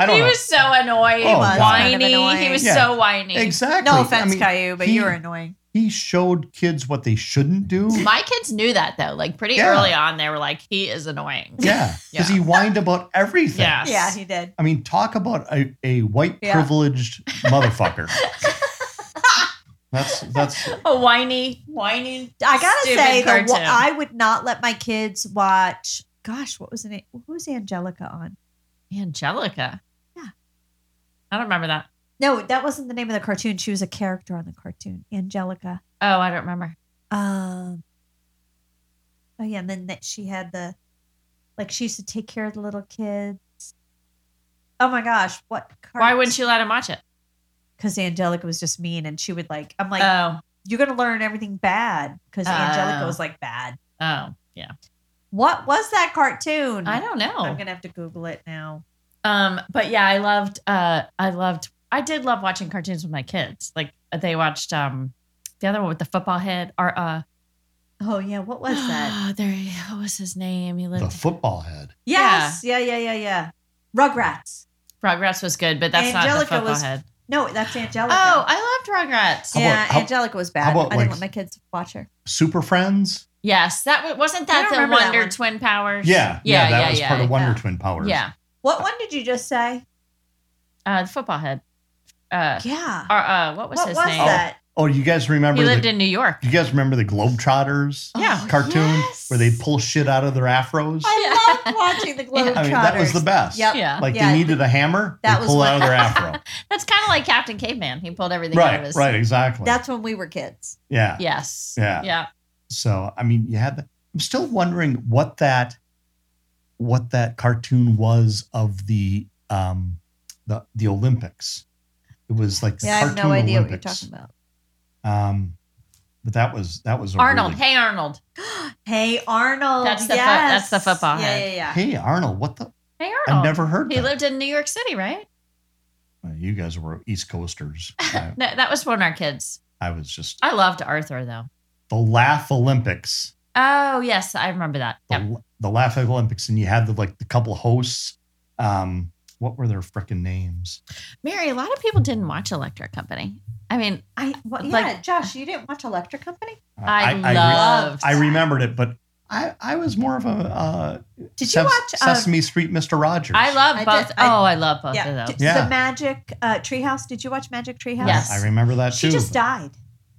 Speaker 3: I don't
Speaker 2: He
Speaker 3: know.
Speaker 2: was so annoying,
Speaker 3: Oh, God.
Speaker 2: whiny.
Speaker 1: Kind of annoying.
Speaker 2: He was
Speaker 3: Yeah.
Speaker 2: so whiny.
Speaker 3: exactly.
Speaker 1: No offense,
Speaker 3: I mean,
Speaker 1: Caillou, but
Speaker 3: he-
Speaker 1: you were annoying.
Speaker 3: He showed kids what they shouldn't do.
Speaker 2: My kids knew that though. Like pretty
Speaker 3: Yeah.
Speaker 2: early on, they were like, "He is annoying."
Speaker 3: Yeah,
Speaker 2: Yeah.
Speaker 3: because he whined about everything.
Speaker 2: Yes.
Speaker 1: Yeah, he did.
Speaker 3: I mean, talk about a, a white
Speaker 1: Yeah.
Speaker 3: privileged motherfucker. That's that's
Speaker 2: A whiny, whiny.
Speaker 1: I gotta
Speaker 2: stupid
Speaker 1: say, the, wa-
Speaker 2: cartoon.
Speaker 1: I would not let my kids watch. Gosh, what was the name? Who was Angelica on?
Speaker 2: Angelica.
Speaker 1: Yeah.
Speaker 2: I don't remember that.
Speaker 1: No, that wasn't the name of the cartoon. She was a character on the cartoon, Angelica.
Speaker 2: Oh, I don't remember.
Speaker 1: Um, oh yeah, and then that she had the, like she used to take care of the little kids. Oh my gosh, what? Cart-
Speaker 2: Why wouldn't you let him watch it?
Speaker 1: Because Angelica was just mean, and she would like. I'm like,
Speaker 2: oh,
Speaker 1: you're gonna learn everything bad because
Speaker 2: Oh.
Speaker 1: Angelica was like bad.
Speaker 2: oh, yeah.
Speaker 1: What was that cartoon?
Speaker 2: I don't know.
Speaker 1: I'm gonna have to Google it now.
Speaker 2: Um, but yeah, I loved uh I loved I did love watching cartoons with my kids. Like they watched um the other one with the football head or uh
Speaker 1: Oh yeah, what was that?
Speaker 2: Oh, there he- what was his name? He lived
Speaker 3: the football head.
Speaker 1: yes, yeah, yeah, yeah, yeah. Rugrats.
Speaker 2: Rugrats was good, but that's not the
Speaker 1: Angelica
Speaker 2: football
Speaker 1: was-
Speaker 2: head.
Speaker 1: No, that's Angelica.
Speaker 2: Oh, I loved Rugrats.
Speaker 3: How about-
Speaker 1: yeah,
Speaker 3: how-
Speaker 1: Angelica was bad.
Speaker 3: how about,
Speaker 1: I didn't let
Speaker 3: like,
Speaker 1: my kids watch her.
Speaker 3: Super Friends.
Speaker 2: Yes, that wa- wasn't
Speaker 1: I
Speaker 2: that
Speaker 1: don't
Speaker 2: the
Speaker 1: remember that
Speaker 2: Wonder
Speaker 1: one.
Speaker 2: Twin Powers.
Speaker 3: Yeah, yeah,
Speaker 2: yeah,
Speaker 3: that
Speaker 2: yeah,
Speaker 3: was
Speaker 2: yeah,
Speaker 3: part of Wonder
Speaker 1: yeah.
Speaker 3: Twin Powers.
Speaker 2: yeah.
Speaker 1: What one did you just say?
Speaker 2: Uh, the football head. Uh,
Speaker 1: Yeah.
Speaker 2: or, uh what was
Speaker 1: what
Speaker 2: his
Speaker 1: was
Speaker 2: name?
Speaker 1: that?
Speaker 3: Oh, you guys
Speaker 2: He
Speaker 3: remember?
Speaker 2: lived
Speaker 3: the,
Speaker 2: in New York.
Speaker 3: you guys remember the Globetrotters
Speaker 2: Oh, Yeah.
Speaker 3: cartoon
Speaker 1: Oh, yes.
Speaker 3: where they pull shit out of their afros?
Speaker 1: I loved watching the Globetrotters.
Speaker 3: I mean, that was the best.
Speaker 1: Yep.
Speaker 2: Yeah.
Speaker 3: Like
Speaker 1: Yeah.
Speaker 3: they needed a hammer,
Speaker 1: That
Speaker 3: they
Speaker 1: was
Speaker 3: pull
Speaker 1: what-
Speaker 3: out of their afro.
Speaker 2: That's kind of like Captain Caveman. He pulled everything out of
Speaker 3: right,
Speaker 2: his.
Speaker 3: right, exactly.
Speaker 1: That's when we were kids.
Speaker 3: yeah.
Speaker 2: Yes.
Speaker 3: Yeah.
Speaker 2: Yeah.
Speaker 3: So I mean, you had. The, I'm still wondering what that, what that cartoon was of the um, the the Olympics. It was like the
Speaker 1: Yeah, I have
Speaker 3: cartoon
Speaker 1: no idea
Speaker 3: Olympics.
Speaker 1: what you're talking about.
Speaker 3: Um, but that was that was a
Speaker 2: Arnold.
Speaker 3: really-
Speaker 2: Hey, Arnold.
Speaker 1: Hey Arnold.
Speaker 2: That's the fo-
Speaker 1: yes.
Speaker 2: that's the football
Speaker 1: Yeah,
Speaker 2: head.
Speaker 1: yeah, yeah.
Speaker 3: hey Arnold, what the?
Speaker 2: Hey,
Speaker 3: I
Speaker 2: Arnold.
Speaker 3: never heard.
Speaker 2: He
Speaker 3: that.
Speaker 2: lived in New York City, right?
Speaker 3: Well, you guys were East Coasters. I,
Speaker 2: No, that was one of our kids.
Speaker 3: I was just
Speaker 2: I loved Arthur though.
Speaker 3: the Laugh Olympics.
Speaker 2: Oh yes, I remember that.
Speaker 3: The,
Speaker 2: Yep.
Speaker 3: the Laugh Olympics, and you had the like the couple hosts. Um, what were their freaking names?
Speaker 2: Mary, a lot of people didn't watch Electric Company. I mean,
Speaker 1: I well, yeah,
Speaker 2: Like-
Speaker 1: Josh, you didn't watch Electric Company?
Speaker 2: I,
Speaker 3: re-
Speaker 2: loved.
Speaker 3: I remembered it, but I, I was more of a uh,
Speaker 1: Did you
Speaker 3: Ses-
Speaker 1: watch uh,
Speaker 3: Sesame Street Mr. Rogers?
Speaker 2: I love
Speaker 1: I did-
Speaker 2: both.
Speaker 1: I-
Speaker 2: oh, I love both
Speaker 1: yeah,
Speaker 2: of
Speaker 1: d-
Speaker 2: those.
Speaker 3: Yeah.
Speaker 1: the Magic uh, Treehouse? Did you watch Magic Treehouse?
Speaker 2: Yes.
Speaker 3: I remember that
Speaker 1: She
Speaker 3: too.
Speaker 1: just died.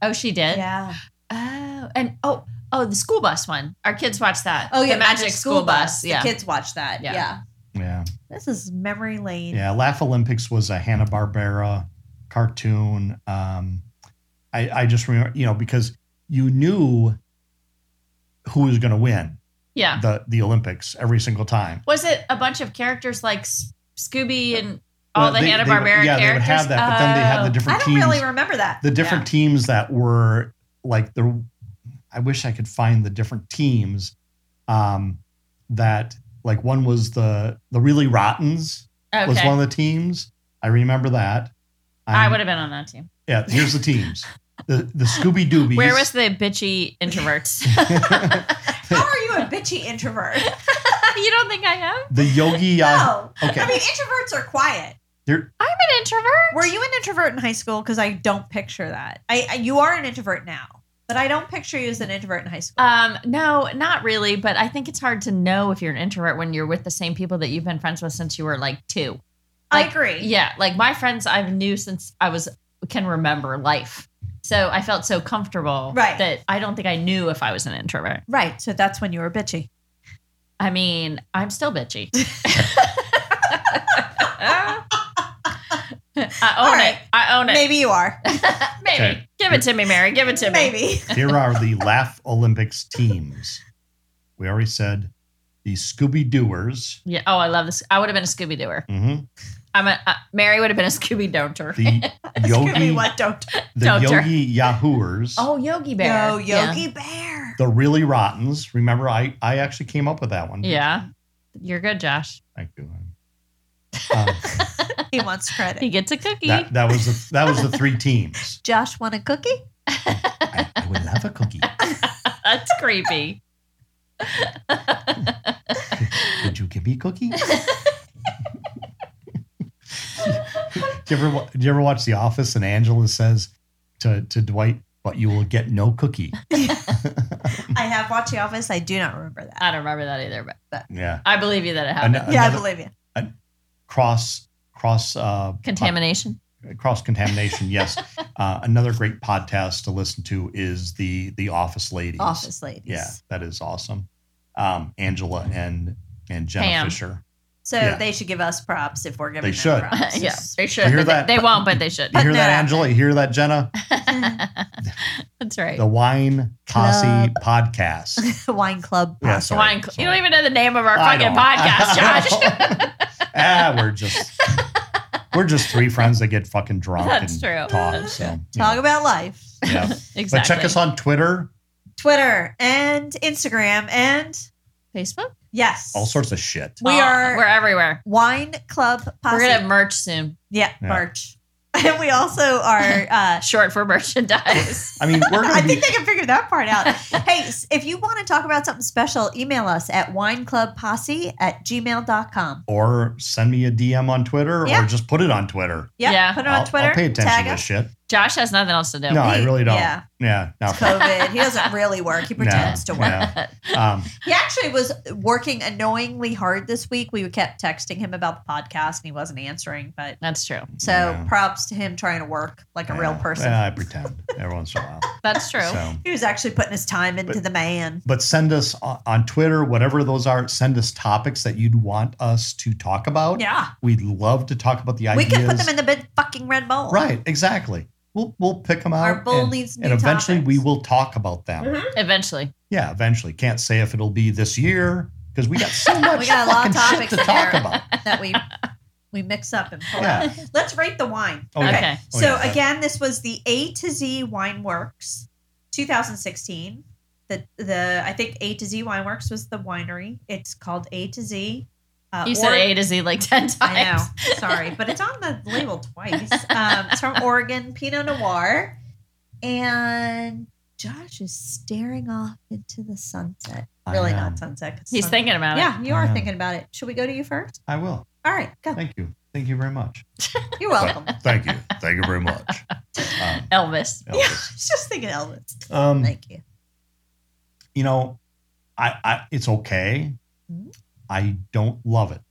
Speaker 2: Oh, she did.
Speaker 1: Yeah.
Speaker 2: Oh, and oh, oh, the school bus one. Our kids watched that.
Speaker 1: Oh yeah,
Speaker 2: the Magic, School, Bus.
Speaker 1: The
Speaker 2: Yeah.
Speaker 1: kids watch that.
Speaker 2: Yeah.
Speaker 1: Yeah.
Speaker 3: yeah,
Speaker 1: This is memory lane.
Speaker 3: yeah. Laugh Olympics was a Hanna Barbera cartoon. Um, I I just remember, you know, because you knew who was going to win
Speaker 2: yeah.
Speaker 3: the the Olympics every single time.
Speaker 2: Was it a bunch of characters like S- Scooby and all
Speaker 3: Well,
Speaker 2: the
Speaker 3: they-
Speaker 2: Hanna
Speaker 3: they
Speaker 2: Barbera
Speaker 3: would- Yeah, they would
Speaker 2: characters?
Speaker 3: have that, but then they had the
Speaker 2: Oh.
Speaker 1: I
Speaker 3: different
Speaker 1: don't
Speaker 3: teams.
Speaker 1: really remember that.
Speaker 3: the different teams that were like the I wish I could find the different teams um that like one was the the really rottens
Speaker 2: Oh, Okay.
Speaker 3: was one of the teams. I remember that.
Speaker 2: I
Speaker 3: I'm-
Speaker 2: would have been on that team.
Speaker 3: Yeah, here's the teams. The the Scooby Doobies.
Speaker 2: Where was the bitchy introverts?
Speaker 1: How are you a bitchy introvert?
Speaker 2: you don't think I am?
Speaker 3: the Yogi Yahoo?
Speaker 1: No.
Speaker 3: Okay.
Speaker 1: I mean, introverts are quiet.
Speaker 3: There-
Speaker 2: I'm an introvert.
Speaker 1: Were you an introvert in high school? Because I don't picture that. I, I you are an introvert now, But I don't picture you as an introvert in high school.
Speaker 2: Um, no, not really. But I think it's hard to know if you're an introvert when you're with the same people that you've been friends with since you were like two.
Speaker 1: I
Speaker 2: like,
Speaker 1: agree.
Speaker 2: Yeah, like my friends I've knew since I was can remember life. So I felt so comfortable
Speaker 1: Right.
Speaker 2: that I don't think I knew if I was an introvert.
Speaker 1: Right. So that's when you were bitchy.
Speaker 2: I mean, I'm still bitchy. I
Speaker 1: All
Speaker 2: own
Speaker 1: right.
Speaker 2: it. I own it. Maybe.
Speaker 1: Maybe you are.
Speaker 3: Okay.
Speaker 2: Give it to me, Mary. Give it to me.
Speaker 1: Maybe.
Speaker 3: Here are the Laugh Olympics teams. We already said the Scooby Dooers,
Speaker 2: Yeah. Oh, I love this. I would have been a Scooby Dooer.
Speaker 3: mhm,
Speaker 2: I'm a uh, Mary would have been a Scooby Don'ter.
Speaker 3: the
Speaker 1: Give me
Speaker 3: Yogi,
Speaker 1: what don't.
Speaker 3: the
Speaker 2: Doctor.
Speaker 3: Yogi Yahooers,
Speaker 2: Oh, Yogi Bear.
Speaker 1: No, Yogi Bear.
Speaker 3: the Really Rottens. Remember, I I actually came up with that one.
Speaker 2: Yeah. Yeah. You're good, Josh.
Speaker 3: Thank you. Uh,
Speaker 1: He wants
Speaker 2: He
Speaker 1: credit.
Speaker 2: gets a cookie.
Speaker 3: that, that was the, that was the three teams.
Speaker 1: Josh want a cookie?
Speaker 3: I, I would love a cookie.
Speaker 2: That's creepy.
Speaker 3: Would you give me a cookie? do, you ever, wa- do you ever watch The Office and Angela says to, to Dwight, but you will get no cookie?
Speaker 1: I have watched The Office. I do not remember that.
Speaker 2: I don't remember that either, but
Speaker 3: Yeah.
Speaker 2: I believe you that it
Speaker 3: An-
Speaker 2: happened.
Speaker 1: yeah, I
Speaker 3: another
Speaker 1: believe you.
Speaker 3: cross cross uh,
Speaker 2: Contamination.
Speaker 3: cross contamination. Yes. Uh, another great podcast to listen to is the the Office Ladies.
Speaker 1: Office ladies.
Speaker 3: Yeah, that is awesome. Um, Angela and and Jenna
Speaker 2: Pam.
Speaker 3: Fisher.
Speaker 1: So
Speaker 3: Yeah.
Speaker 1: they should give us props if we're giving
Speaker 3: They
Speaker 1: them
Speaker 3: should.
Speaker 1: props.
Speaker 2: yeah, they should.
Speaker 3: I hear
Speaker 2: but they-
Speaker 3: that,
Speaker 2: They,
Speaker 3: but-
Speaker 2: won't, but they should.
Speaker 3: You hear
Speaker 1: Put
Speaker 3: that,
Speaker 1: that out
Speaker 3: Angela? You hear that, Jenna?
Speaker 2: That's right.
Speaker 3: The Wine Posse podcast.
Speaker 1: Wine Club.
Speaker 3: Yeah,
Speaker 1: Posse.
Speaker 3: sorry.
Speaker 2: Wine Cl- You don't even know the name of our
Speaker 3: I
Speaker 2: fucking
Speaker 3: don't.
Speaker 2: podcast, Josh.
Speaker 3: Josh. ah, we're just we're just three friends that get fucking drunk
Speaker 2: That's
Speaker 3: and
Speaker 2: true.
Speaker 3: talk. So
Speaker 1: Talk
Speaker 3: yeah.
Speaker 1: about life.
Speaker 3: Yeah.
Speaker 2: exactly.
Speaker 3: But check us on Twitter,
Speaker 1: Twitter and Instagram and
Speaker 2: Facebook.
Speaker 1: yes.
Speaker 3: all sorts of shit.
Speaker 1: We
Speaker 2: Oh,
Speaker 1: are-
Speaker 2: We're everywhere.
Speaker 1: Wine Club Posse.
Speaker 2: We're gonna have merch soon.
Speaker 1: yeah,
Speaker 3: Yeah.
Speaker 1: merch. And we also are uh
Speaker 2: Short for merchandise.
Speaker 3: I mean, we're
Speaker 1: I
Speaker 3: gonna be
Speaker 1: think they can figure that part out. hey, s- if you want to talk about something special, email us at wineclubposse at gmail.com.
Speaker 3: or send me a DM on Twitter
Speaker 1: Yeah.
Speaker 3: or just put it on Twitter.
Speaker 1: Yep,
Speaker 2: Yeah.
Speaker 1: Put it on
Speaker 3: I'll,
Speaker 1: Twitter.
Speaker 3: I'll pay attention
Speaker 1: tag
Speaker 3: to this
Speaker 1: us.
Speaker 3: shit.
Speaker 2: Josh has nothing else to do.
Speaker 3: No, I really don't.
Speaker 1: Yeah.
Speaker 3: Yeah, no.
Speaker 1: It's COVID. He doesn't really work. He
Speaker 3: No,
Speaker 1: pretends to work.
Speaker 3: no. Um,
Speaker 1: He actually was working annoyingly hard this week. We kept texting him about the podcast and he wasn't answering. But
Speaker 2: That's true.
Speaker 1: so
Speaker 3: Yeah.
Speaker 1: props to him trying to work like a real
Speaker 3: yeah.
Speaker 1: person.
Speaker 3: Yeah, I pretend every once in a while.
Speaker 2: That's true.
Speaker 3: So.
Speaker 1: He was actually putting his time into
Speaker 3: But-
Speaker 1: the man.
Speaker 3: But send us on, on Twitter, whatever those are, send us topics that you'd want us to talk about.
Speaker 1: Yeah.
Speaker 3: We'd love to talk about the
Speaker 1: We
Speaker 3: ideas.
Speaker 1: can put them in the big fucking Red Bull.
Speaker 3: Right, exactly. We'll we'll pick them out.
Speaker 1: Our bowl
Speaker 3: and,
Speaker 1: needs new
Speaker 3: and eventually we
Speaker 1: topics.
Speaker 3: will talk about them.
Speaker 1: Mhm.
Speaker 2: Eventually.
Speaker 3: Yeah, eventually. Can't say if it'll be this year because we got so much
Speaker 1: We got a lot of
Speaker 3: fucking
Speaker 1: topics
Speaker 3: shit to
Speaker 1: in
Speaker 3: talk
Speaker 1: there.
Speaker 3: about.
Speaker 1: That we we mix up and pull out.
Speaker 3: Yeah.
Speaker 1: Let's rate the wine.
Speaker 3: Oh, yeah.
Speaker 2: okay.
Speaker 3: Oh,
Speaker 1: so
Speaker 3: yeah.
Speaker 1: again, this was the A to Z Wine Works 2016. The the I think A to Z Wine Works was the winery. It's called A to Z. Uh,
Speaker 2: You said
Speaker 1: Ore-
Speaker 2: A to Z like ten times.
Speaker 1: I know. Sorry, but it's on the label twice. Um, it's from Oregon Pinot Noir, and Josh is staring off into the sunset.
Speaker 3: I
Speaker 1: Really
Speaker 3: am.
Speaker 1: not sunset. 'cause
Speaker 2: He's
Speaker 1: sun-
Speaker 2: thinking about it.
Speaker 1: Yeah, you
Speaker 3: I
Speaker 1: are
Speaker 3: am.
Speaker 1: thinking about it. Should we go to you first?
Speaker 3: I will.
Speaker 1: All right, go.
Speaker 3: Thank you. Thank you very much.
Speaker 1: You're welcome.
Speaker 3: Thank you. Thank you very much. Um,
Speaker 2: Elvis.
Speaker 1: Yeah, I was just thinking Elvis.
Speaker 3: um,
Speaker 1: Thank you.
Speaker 3: you know, I, I it's okay.
Speaker 1: Mhm.
Speaker 3: I don't love it.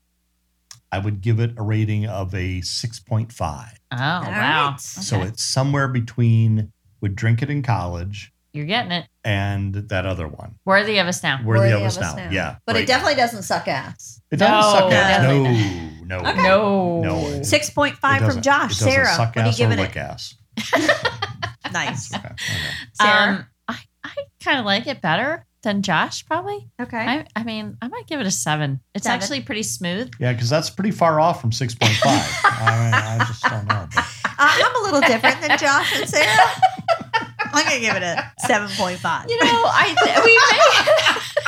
Speaker 3: I would give it a rating of a six point five.
Speaker 2: Oh
Speaker 1: All
Speaker 2: wow.
Speaker 1: right.
Speaker 3: So
Speaker 2: Okay.
Speaker 3: it's somewhere between would drink it in college
Speaker 2: You're getting it.
Speaker 3: and that other one.
Speaker 2: Worthy of us now.
Speaker 1: Worthy
Speaker 3: Worthy, of us now. Yeah.
Speaker 1: But
Speaker 3: right.
Speaker 1: it definitely doesn't suck ass.
Speaker 3: It doesn't
Speaker 2: No,
Speaker 3: suck
Speaker 2: it
Speaker 3: ass. No,
Speaker 1: doesn't.
Speaker 3: no,
Speaker 1: Okay.
Speaker 2: No.
Speaker 3: No, it-
Speaker 1: Six point
Speaker 3: It
Speaker 1: five from
Speaker 3: doesn't-
Speaker 1: Josh.
Speaker 3: it doesn't
Speaker 1: Sarah, what
Speaker 3: Suck
Speaker 1: are you
Speaker 3: ass or
Speaker 1: giving
Speaker 3: lick
Speaker 1: it?
Speaker 3: ass.
Speaker 1: Nice.
Speaker 3: Okay, okay.
Speaker 1: Sarah.
Speaker 2: Um, I, I kind of like it better than Josh, probably.
Speaker 1: okay.
Speaker 2: I, I mean, I might give it a seven. It's
Speaker 1: Seven.
Speaker 2: actually pretty smooth.
Speaker 3: Yeah, because that's pretty far off from six point five. I, I just don't know. but-
Speaker 1: Uh, I'm a little different than Josh and Sarah. I'm gonna give it a seven point five.
Speaker 2: You know, I we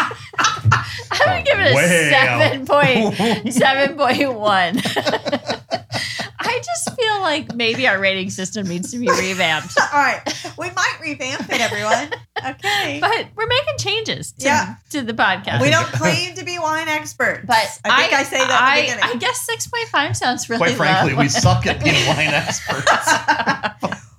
Speaker 2: may. I would give it a
Speaker 3: Way
Speaker 2: seven point
Speaker 3: out.
Speaker 2: seven point one. I just feel like maybe our rating system needs to be revamped,
Speaker 1: All right, we might revamp it, everyone. Okay.
Speaker 2: but we're making changes to,
Speaker 1: Yeah.
Speaker 2: to the podcast.
Speaker 1: we don't claim to be wine experts,
Speaker 2: but
Speaker 1: I think I, say that
Speaker 2: I,
Speaker 1: in the beginning.
Speaker 2: I guess six point five sounds really
Speaker 3: Quite frankly,
Speaker 2: low.
Speaker 3: we suck at being wine experts.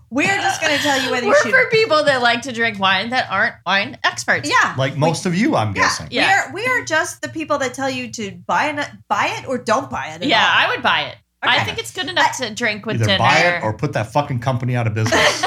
Speaker 1: We're just going trying to tell you whether you
Speaker 2: We're
Speaker 1: should.
Speaker 2: for people that like to drink wine that aren't wine experts.
Speaker 1: yeah.
Speaker 3: like most of you, I'm guessing.
Speaker 2: yeah.
Speaker 1: We are we are just the people that tell you to buy it, buy it or don't buy it. at
Speaker 2: Yeah,
Speaker 1: all.
Speaker 2: I would buy it. I
Speaker 1: Okay.
Speaker 2: think it's good enough to drink with
Speaker 3: Either
Speaker 2: dinner.
Speaker 3: buy it or put that fucking company out of business.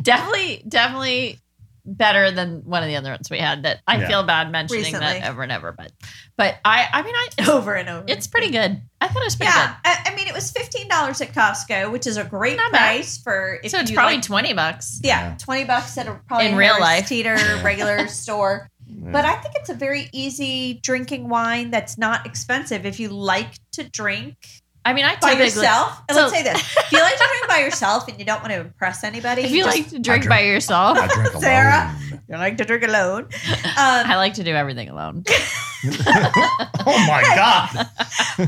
Speaker 2: definitely, definitely better than one of the other ones we had. That I
Speaker 3: Yeah.
Speaker 2: feel bad mentioning
Speaker 1: Recently.
Speaker 2: that over and over, but but I I mean I
Speaker 1: over and over.
Speaker 2: it's pretty good. I thought it was pretty
Speaker 1: yeah. I, I mean, it was fifteen dollars at Costco, which is a great
Speaker 2: Not bad.
Speaker 1: price for
Speaker 2: good.
Speaker 1: if
Speaker 2: So it's
Speaker 1: you
Speaker 2: probably
Speaker 1: like-
Speaker 2: twenty bucks.
Speaker 1: yeah, twenty bucks at a probably
Speaker 2: In real
Speaker 1: Harris
Speaker 2: life.
Speaker 1: Teeter
Speaker 3: Yeah.
Speaker 1: regular store.
Speaker 3: Yeah.
Speaker 1: But I think it's a very easy drinking wine that's not expensive if you like to drink
Speaker 2: I mean I
Speaker 1: by
Speaker 2: typically
Speaker 1: yourself. And let's
Speaker 2: so-
Speaker 1: say this: if you like to drink by yourself and you don't want to impress anybody,
Speaker 2: if you
Speaker 1: just-
Speaker 2: like to drink by yourself,
Speaker 3: I drink alone.
Speaker 1: Sarah? you like to drink alone, um,
Speaker 2: I like to do everything alone.
Speaker 3: oh my god!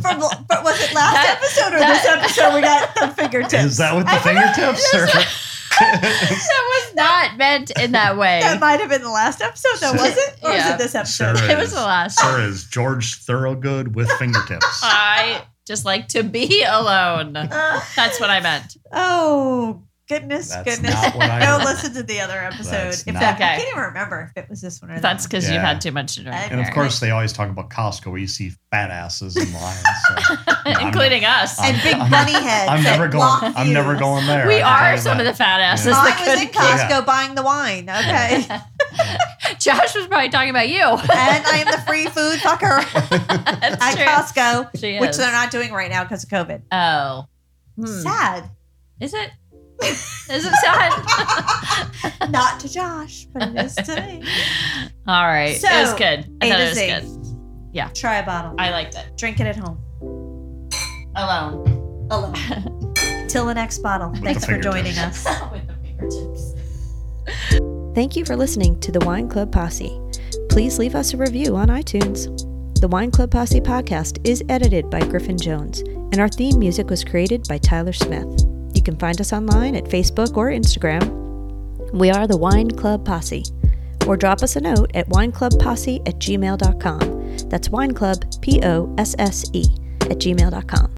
Speaker 1: from but was it last
Speaker 2: That-
Speaker 1: episode or
Speaker 2: that-
Speaker 1: this episode we got the fingertips?
Speaker 3: Is that with the fingertips, Sarah?
Speaker 2: that was not meant in that way.
Speaker 1: that might have been the last episode, though,
Speaker 3: Sure.
Speaker 1: was it? Or was
Speaker 2: Yeah.
Speaker 1: it this episode?
Speaker 3: Sure.
Speaker 2: it was the last.
Speaker 3: Sarah is George Thorogood with fingertips.
Speaker 1: Oh,
Speaker 2: I just like to be alone.
Speaker 1: Uh,
Speaker 2: That's what I meant.
Speaker 1: oh goodness,
Speaker 3: That's
Speaker 1: goodness!
Speaker 3: not what I
Speaker 1: Go
Speaker 3: heard.
Speaker 1: listen to the other episode.
Speaker 3: That's
Speaker 1: If
Speaker 3: not-
Speaker 1: that, I
Speaker 2: Okay.
Speaker 1: can't even remember if it was this one or that
Speaker 2: That's
Speaker 1: one.
Speaker 2: because
Speaker 3: Yeah.
Speaker 2: you've had too much to drink.
Speaker 1: And
Speaker 3: And of
Speaker 2: Mary.
Speaker 3: course, they always talk about Costco where you see fat asses and lions. So I'm
Speaker 2: including us.
Speaker 3: I'm-
Speaker 1: and big
Speaker 3: I'm-
Speaker 1: bunny heads.
Speaker 3: I'm never
Speaker 1: that
Speaker 3: going.
Speaker 1: block
Speaker 3: I'm never
Speaker 1: views.
Speaker 3: going there.
Speaker 2: we
Speaker 3: I
Speaker 2: are
Speaker 3: can tell
Speaker 2: some
Speaker 3: you
Speaker 2: of the fat asses.
Speaker 1: I
Speaker 2: that
Speaker 1: was in
Speaker 2: couldn't get-
Speaker 1: Costco buying the wine. Okay,
Speaker 2: Josh was probably talking about you.
Speaker 1: and I am the free food fucker
Speaker 2: That's
Speaker 1: at
Speaker 2: true.
Speaker 1: Costco,
Speaker 2: She
Speaker 1: which
Speaker 2: is.
Speaker 1: they're not doing right now because of COVID.
Speaker 2: Oh. Hmm.
Speaker 1: Sad.
Speaker 2: Is it? Is it sad?
Speaker 1: Not to Josh, but it is to me.
Speaker 2: All right.
Speaker 1: So,
Speaker 2: it was good. I
Speaker 1: A
Speaker 2: thought
Speaker 1: to
Speaker 2: it was
Speaker 1: Z.
Speaker 2: good.
Speaker 1: Try a bottle.
Speaker 2: I liked it.
Speaker 1: Drink it at home.
Speaker 2: Alone.
Speaker 1: Alone. Till the next bottle.
Speaker 3: the
Speaker 1: Thanks for joining us.
Speaker 3: fingertips.
Speaker 2: With the fingertips.
Speaker 4: Thank you for listening to the Wine Club Posse. Please leave us a review on iTunes. The Wine Club Posse podcast is edited by Griffin Jones, and our theme music was created by Tyler Smith. You can find us online at Facebook or Instagram. We are the Wine Club Posse. Or drop us a note at wineclubposse at gmail.com. That's wineclub, P O S S E, at gmail.com.